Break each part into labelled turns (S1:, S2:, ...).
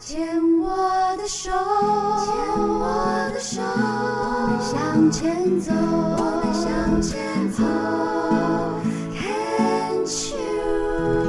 S1: 牵我的手，牵我的手，我们向前走，我们向前走。Can't you？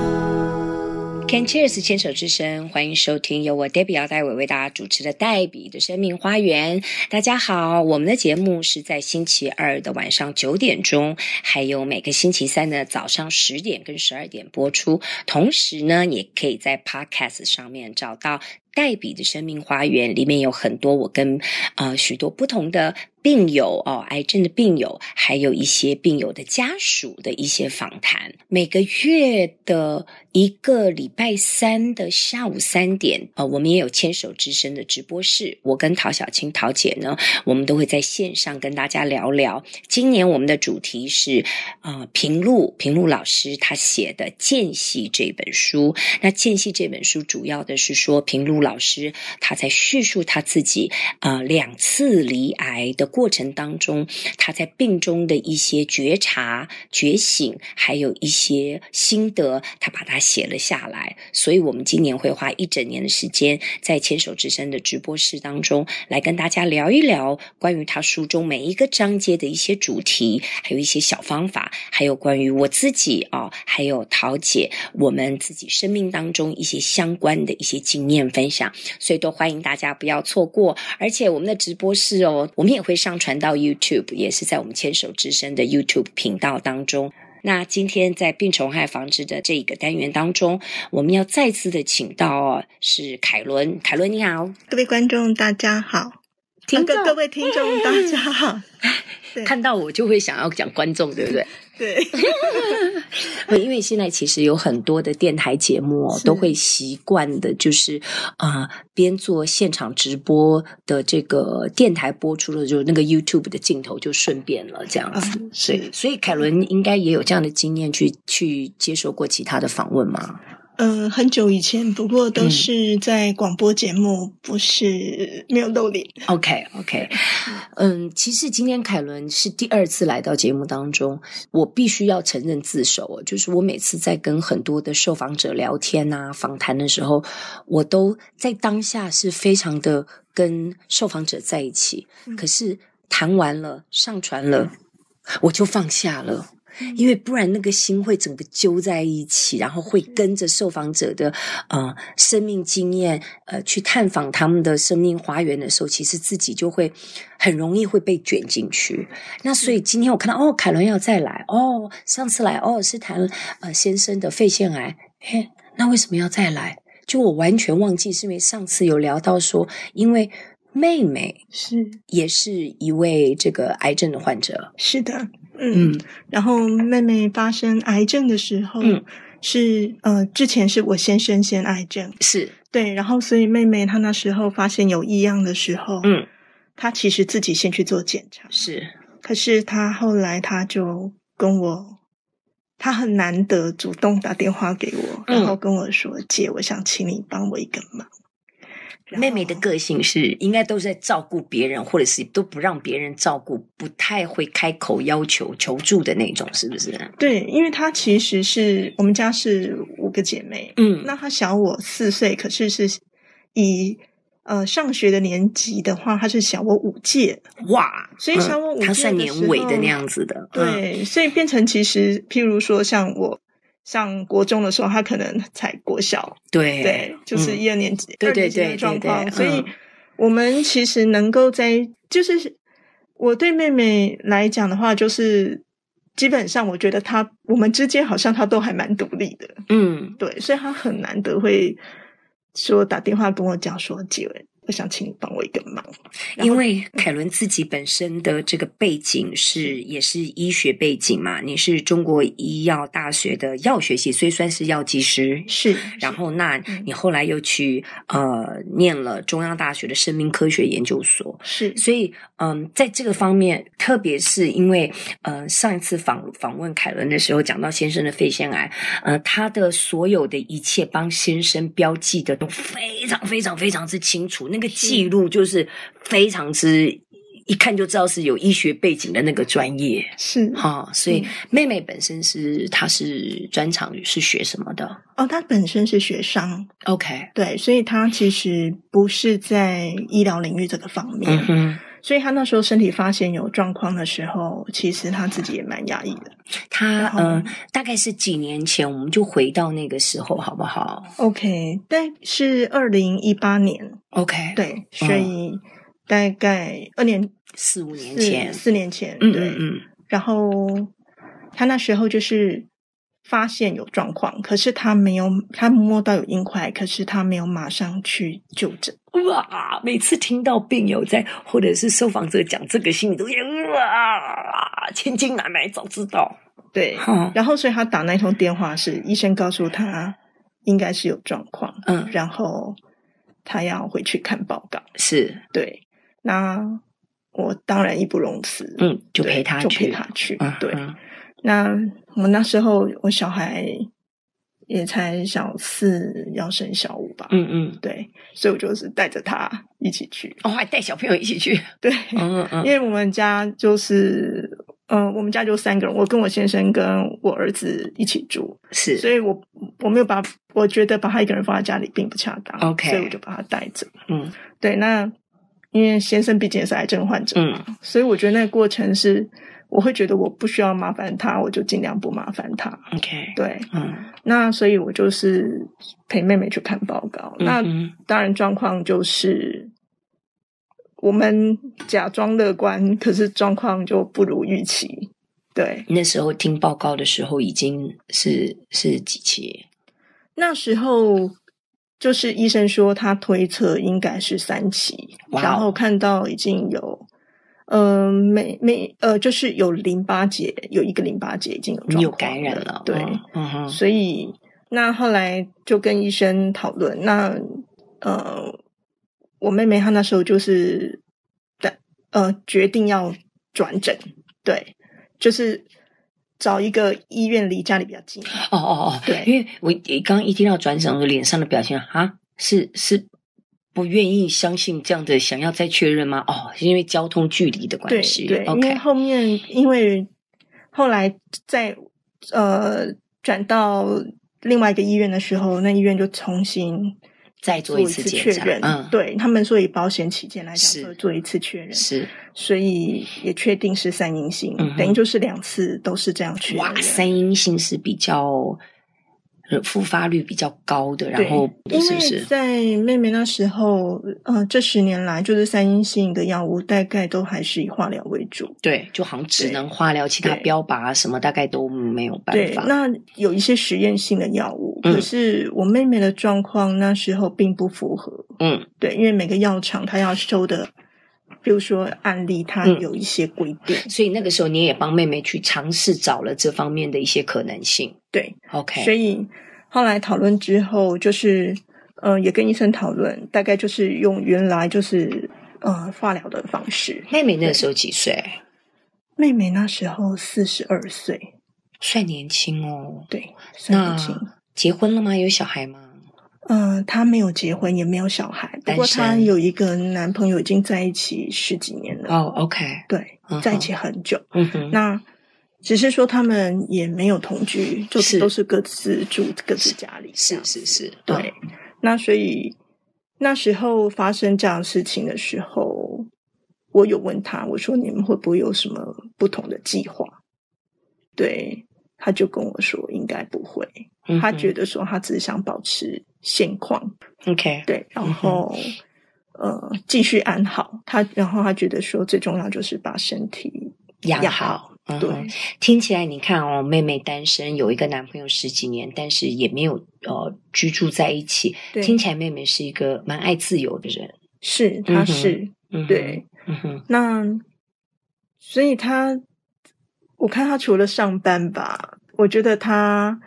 S2: Can Cheers 牵手之声，欢迎收听由我 Debbie 姚黛伟为大家主持的《黛比的生命花园》。大家好，我们的节目是在星期二的晚上九点钟，还有每个星期三的早上十点跟十二点播出。同时呢，也可以在 Podcast 上面找到。黛比的生命花园里面有很多我跟呃许多不同的病友哦，癌症的病友，还有一些病友的家属的一些访谈。每个月的一个礼拜三的下午三点，呃，我们也有牵手之声的直播室。我跟陶小青陶姐呢，我们都会在线上跟大家聊聊。今年我们的主题是呃平路平路老师他写的《间隙》这本书。那《间隙》这本书主要的是说，平路老师他在叙述他自己呃两次离癌的过程当中，他在病中的一些觉察、觉醒，还有一些心得，他把它写了下来。所以，我们今年会花一整年的时间，在牵手之声的直播室当中，来跟大家聊一聊关于他书中每一个章节的一些主题，还有一些小方法，还有关于我自己啊、哦，还有桃姐我们自己生命当中一些相关的一些经验分享，所以都欢迎大家不要错过。而且我们的直播室哦，我们也会上传到 YouTube，也是在我们牵手之声的 YouTube 频道当中。那今天在病虫害防治的这一个单元当中，我们要再次的请到哦，是凯伦，凯伦你好，
S3: 各位观众大家好，
S2: 听众
S3: 啊各各位听众大家好，对
S2: 看到我就会想要讲观众，对 不对？
S3: 对，
S2: 因为现在其实有很多的电台节目、哦、
S3: 是
S2: 都会习惯的，就是啊、呃边做现场直播的这个电台播出了，就那个 YouTube 的镜头就顺便了这样子。
S3: 嗯
S2: 所以
S3: 是，
S2: 所以凯伦应该也有这样的经验去，去接受过其他的访问吗？
S3: 呃，很久以前，不过都
S2: 嗯
S3: 是在广播节目，不是没有露脸，
S2: OK OK，嗯，其实今天凯伦是第二次来到节目当中，我必须要承认自首哦，就是我每次在跟很多的受访者聊天啊、访谈的时候，我都在当下是非常的跟受访者在一起，
S3: 嗯
S2: 可是谈完了、上传了，我就放下了。因为不然那个心会整个揪在一起，然后会跟着受访者的呃生命经验，呃去探访他们的生命花园的时候，其实自己就会很容易会被卷进去。那所以今天我看到哦，凯伦要再来哦，上次来哦是谈呃先生的肺腺癌，嘿，那为什么要再来？就我完全忘记，是因为上次有聊到说，因为妹妹
S3: 是
S2: 也是一位这个癌症的患者，
S3: 是的，嗯，然后妹妹发生癌症的时候，
S2: 嗯
S3: 是呃，之前是我先生先癌症，
S2: 是，
S3: 对，然后所以妹妹她那时候发现有异样的时候，
S2: 嗯，
S3: 她其实自己先去做检查，
S2: 是。
S3: 可是她后来她就跟我，她很难得主动打电话给我，
S2: 嗯
S3: 然后跟我说：“姐，我想请你帮我一个忙。”然后
S2: 妹妹的个性是应该都是在照顾别人，或者是都不让别人照顾，不太会开口要求求助的那种，是不是？
S3: 对，因为她其实是我们家是五个姐妹，
S2: 嗯，
S3: 那她小我四岁，可是是以呃上学的年级的话，她是小我五届，
S2: 嗯哇，
S3: 所以像我五
S2: 她算
S3: 届的
S2: 年
S3: 时
S2: 尾的
S3: 候
S2: 那样子的，嗯，
S3: 对，所以变成其实，譬如说像我上国中的时候，他可能才国小，
S2: 对
S3: 对，就是
S2: 嗯
S3: 一二年级，
S2: 对
S3: 二
S2: 对
S3: 年级
S2: 对
S3: 的状
S2: 对对
S3: 况。所以
S2: 嗯
S3: 我们其实能够在，就是我对妹妹来讲的话，就是基本上我觉得她我们之间好像她都还蛮独立的，
S2: 嗯，
S3: 对，所以她很难得会说打电话跟我讲说，姐，我想请你帮我一个忙，然后
S2: 因为凯伦自己本身的这个背景是也是医学背景嘛，你是中国医药大学的药学系，所以算是药剂师，
S3: 是，
S2: 然
S3: 是
S2: 后，那
S3: 嗯
S2: 你后来又去呃念了中央大学的生命科学研究所，
S3: 是
S2: 所以，嗯，在这个方面，特别是因为，呃，上一次访访问凯伦的时候，讲到先生的肺腺癌，呃，他的所有的一切帮先生标记的都非常非常非常之清楚，那个记录就是非常之一看就知道是有医学背景的那个专业
S3: 是
S2: 哈、所以妹妹本身是她是专长是学什么的
S3: 哦，他本身是学商，
S2: ？OK，
S3: 对，所以他其实不是在医疗领域这个方面，
S2: 嗯哼。
S3: 所以他那时候身体发现有状况的时候，其实他自己也蛮压抑的。
S2: 他
S3: 然后
S2: 嗯、呃大概是几年前，我们就回到那个时候，好不好
S3: OK，但是二零一八年，
S2: ？OK，，
S3: 对，所以大概二年
S2: 四五年
S3: 四
S2: 前，
S3: 四年前，
S2: 嗯
S3: 对，
S2: 嗯
S3: 然后他那时候就是发现有状况，可是他没有，他摸到有硬块，可是他没有马上去就诊。
S2: 嗯，哇！每次听到病友在或者是受访者讲这个，心里都觉得哇，千金难买早知道。
S3: 对，
S2: 哈，
S3: 然后所以他打那通电话是医生告诉他应该是有状况，
S2: 嗯，
S3: 然后他要回去看报告。
S2: 是，
S3: 对，那我当然义不容辞，
S2: 嗯，就
S3: 对，
S2: 陪他
S3: 就
S2: 去，
S3: 陪他去。
S2: 嗯，
S3: 对，
S2: 嗯
S3: 那我那时候我小孩也才小四，要升小五吧。
S2: 嗯嗯，
S3: 对，所以我就是带着他一起去。
S2: 哦，还带小朋友一起 去，
S3: 对，
S2: 嗯嗯
S3: 因为我们家就是，嗯、我们家就三个人，我跟我先生跟我儿子一起住，所
S2: 是，
S3: 以我我没有把，我觉得把他一个人放在家里并不恰当
S2: OK
S3: 所以我就把他带着。
S2: 嗯
S3: 对，那因为先生毕竟也是癌症患者，
S2: 嗯
S3: 所以我觉得那个过程是，我会觉得我不需要麻烦他，我就尽量不麻烦他。
S2: ，OK，
S3: 对，
S2: 嗯
S3: 那所以我就是陪妹妹去看报告。那
S2: 嗯
S3: 当然状况就是我们假装乐观，可是状况就不如预期。对，
S2: 那时候听报告的时候已经是是几期？
S3: 那时候就是医生说他推测应该是三期，
S2: 哇哦
S3: 然后看到已经有。呃，每每呃，就是有淋巴结，有一个淋巴结已经有状
S2: 你
S3: 况
S2: 有感染了，
S3: 对，
S2: 嗯嗯哼，
S3: 所以那后来就跟医生讨论，那呃，我妹妹她那时候就是的呃决定要转诊，对，就是找一个医院离家里比较近，
S2: 哦哦哦，
S3: 对
S2: 因为我一刚一听到转诊，我脸上的表情啊，是是不愿意相信这样的，想要再确认吗？哦，是因为交通距离的
S3: 对
S2: 关系，
S3: 对，因为
S2: ，OK，
S3: 后面因为后来在呃转到另外一个医院的时候，那医院就重新。
S2: 再做
S3: 做
S2: 一
S3: 一
S2: 次
S3: 次
S2: 检
S3: 确
S2: 查
S3: 认，
S2: 嗯
S3: 对他们，所以保险起见来
S2: 是
S3: 讲，说做一次确认，
S2: 是
S3: 所以也确定是三阴性，
S2: 嗯哼
S3: 等于就是两次都是这样确认
S2: 哇，。三阴性是比较呃复发率比较高的，
S3: 对
S2: 然后
S3: 因
S2: 是不
S3: 为
S2: 是？
S3: 在妹妹那时候，呃，这十年来就是三阴性的药物，大概都还是以化疗为主。
S2: 对，就好像只
S3: 对
S2: 能化疗，其他
S3: 对
S2: 标靶啊什么大概都没有办
S3: 对，
S2: 法。
S3: 那有一些实验性的药物，
S2: 嗯
S3: 可是我妹妹的状况那时候并不符合。
S2: 嗯，
S3: 对，因为每个药厂它要收的，比如说案例，它
S2: 嗯
S3: 有一些规定。
S2: 所以那个时候你也帮妹妹去尝试找了这方面的一些可能性。
S3: 对，
S2: OK，
S3: 所以后来讨论之后，就是呃，也跟医生讨论，大概就是用原来就是呃化疗的方式。
S2: 妹妹那个时候几岁？
S3: 妹妹那时候四十二岁，
S2: 算年轻哦。
S3: 对，算
S2: 那
S3: 年轻。
S2: 结婚了吗？有小孩吗？
S3: 嗯，她没有结婚，也没有小孩，不过
S2: 单
S3: 她
S2: 身
S3: 有一个男朋友，已经在一起十几年了。
S2: 哦，OK，
S3: 对
S2: 嗯哼，
S3: 在一起很久。
S2: 嗯哼，
S3: 那只是说他们也没有同居，就是是都是各自住各自家里这
S2: 是
S3: 样。
S2: 是是，
S3: 对，那所以那时候发生这样的事情的时候，我有问他，我说你们会不会有什么不同的计划？对，他就跟我说应该不会，
S2: 嗯，
S3: 他觉
S2: 得
S3: 得说他只是想保持现况，
S2: OK，
S3: 对，然后。呃，继续安好他，然后他觉得说最重要就是把身体
S2: 养
S3: 养
S2: 好。嗯
S3: 对、
S2: 哼，听起来你看哦，妹妹单身，有一个男朋友十几年，但是也没有呃居住在一起。
S3: 对
S2: 听起来妹妹是一个蛮爱自由的人。
S3: 是，
S2: 嗯哼
S3: 他是、
S2: 嗯哼，
S3: 对，
S2: 嗯哼，
S3: 那所以他，我看他除了上班吧，我觉得他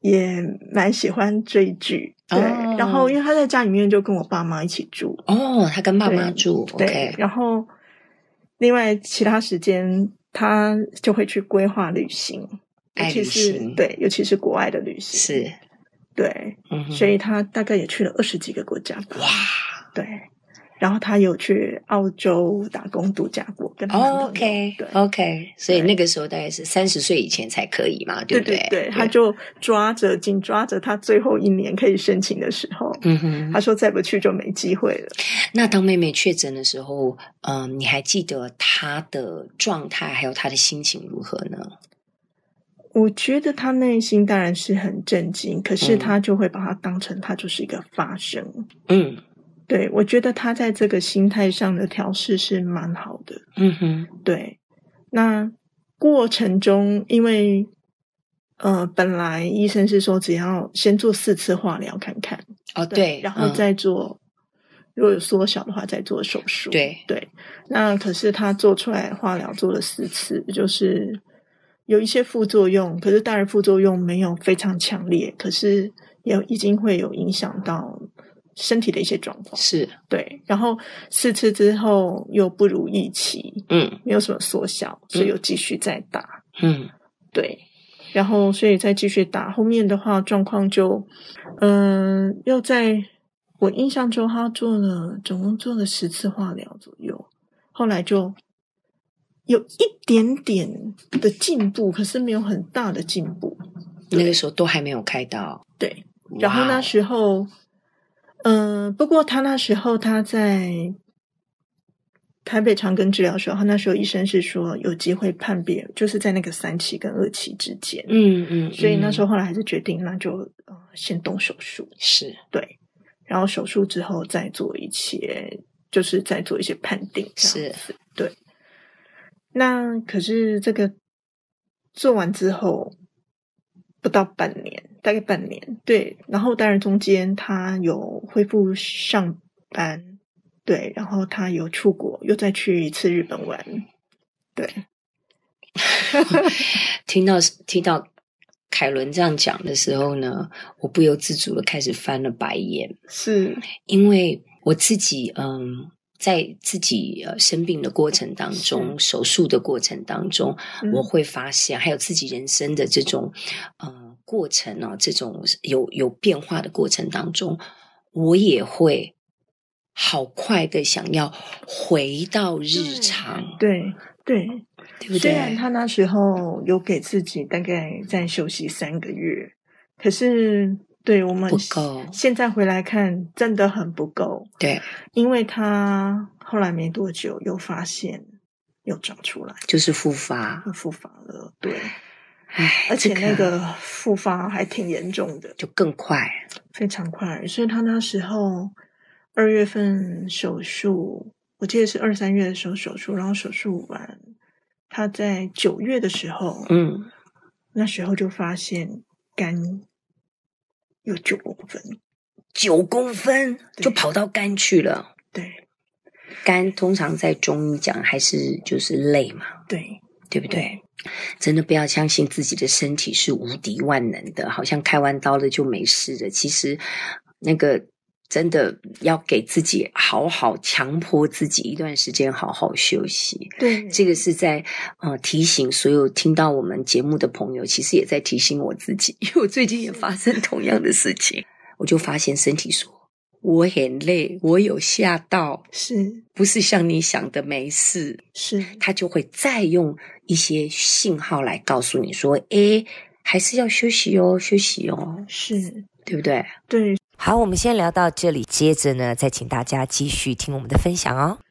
S3: 也蛮喜欢追剧。对，
S2: 哦
S3: 然后因为他在家里面就跟我爸妈一起住，
S2: 哦，她跟爸妈
S3: 对
S2: 住
S3: 对
S2: ，OK，，
S3: 然后另外其他时间他就会去规划旅行，
S2: 爱
S3: 尤其
S2: 旅
S3: 是
S2: 行
S3: 对，尤其是国外的旅行，
S2: 是，
S3: 对，
S2: 嗯哼，
S3: 所以他大概也去了二十几个国家吧。
S2: 哇，
S3: 对，然后他有去澳洲打工度假过，跟他男朋友
S2: 哦 OK 哦
S3: 对
S2: OK，所以
S3: 对
S2: 那个时候大概是三十岁以前才可以嘛，
S3: 对
S2: 不
S3: 对对，他就抓着紧抓着他最后一年可以申请的时候，
S2: 嗯哼
S3: 他。说再不去就没机会了。
S2: 那当妹妹确诊的时候，嗯、你还记得她的状态还有她的心情如何呢？
S3: 我觉得他内心当然是很震惊，可是
S2: 嗯
S3: 他就会把它当成他就是一个发生。
S2: 嗯
S3: 对我觉得他在这个心态上的调试是蛮好的。
S2: 嗯哼
S3: 对，那过程中，因为呃，本来医生是说只要先做四次化疗看看，
S2: 哦对，
S3: 然后
S2: 嗯
S3: 再做，如果有缩小的话再做手术。
S2: 对
S3: 对，那可是他做出来化疗做了四次，就是有一些副作用，可是当然副作用没有非常强烈，可是也已经会有影响到身体的一些状况。
S2: 是
S3: 对，然后四次之后又不如预期，
S2: 嗯
S3: 没有什么缩小，所以又继续再打。
S2: 嗯
S3: 对，然后所以再继续打，后面的话状况就，嗯、又在我印象中他做了总共做了十次化疗左右，后来就有一点点的进步，可是没有很大的进步。
S2: 那个时候都还没有开刀，
S3: 对，然后
S2: 哇
S3: 那
S2: 哦
S3: 时候，嗯、不过他那时候他在台北长庚治疗所，他那时候医生是说有机会判别，就是在那个三期跟二期之间。
S2: 嗯嗯，
S3: 所以那时候
S2: 嗯
S3: 后来还是决定，那就呃先动手术，
S2: 是
S3: 对，然后手术之后再做一些，就是再做一些判定，这样
S2: 是
S3: 子，对。那可是这个做完之后不到半年，大概半年，对。然后当然中间他有恢复上班，对，然后他有出国，又再去一次日本玩，对。
S2: 听到听到凯伦这样讲的时候呢，我不由自主的开始翻了白眼，
S3: 是
S2: 因为我自己嗯，在自己呃生病的过程当中，手术的过程当中，
S3: 嗯
S2: 我会发现，还有自己人生的这种呃过程哦，这种有有变化的过程当中，我也会好快的想要回到日
S3: 对
S2: 常，
S3: 对对，
S2: 对不
S3: 虽
S2: 对？
S3: 然他那时候有给自己大概再休息三个月，可是对我们
S2: 不够
S3: 现在回来看，真的很不够，
S2: 对，
S3: 因为他后来没多久又发现又长出来，
S2: 就是复发，
S3: 又复发了。对，
S2: 唉，
S3: 而且
S2: 这
S3: 那个复发还挺严重的，
S2: 就更快，
S3: 非常快。所以他那时候二月份手术，我记得是二三月的时候手术，然后手术完，他在九月的时候，
S2: 嗯，
S3: 那时候就发现肝有九公分，
S2: 九公分
S3: 对
S2: 就跑到肝去了。
S3: 对
S2: 肝通常在中医讲还是就是累嘛，
S3: 对
S2: 对不对？真的不要相信自己的身体是无敌万能的，好像开完刀了就没事了。其实那个真的要给自己好好强迫自己一段时间，好好休息。
S3: 对，
S2: 这个是在呃提醒所有听到我们节目的朋友，其实也在提醒我自己，因为我最近也发生同样的事情，我就发现身体说我很累，我有吓到，
S3: 是
S2: 不是像你想的没事，
S3: 是
S2: 他就会再用一些信号来告诉你说，诶，还是要休息哦，休息哦，
S3: 是，
S2: 对不对？
S3: 对，
S2: 好，我们先聊到这里，接着呢，再请大家继续听我们的分享哦。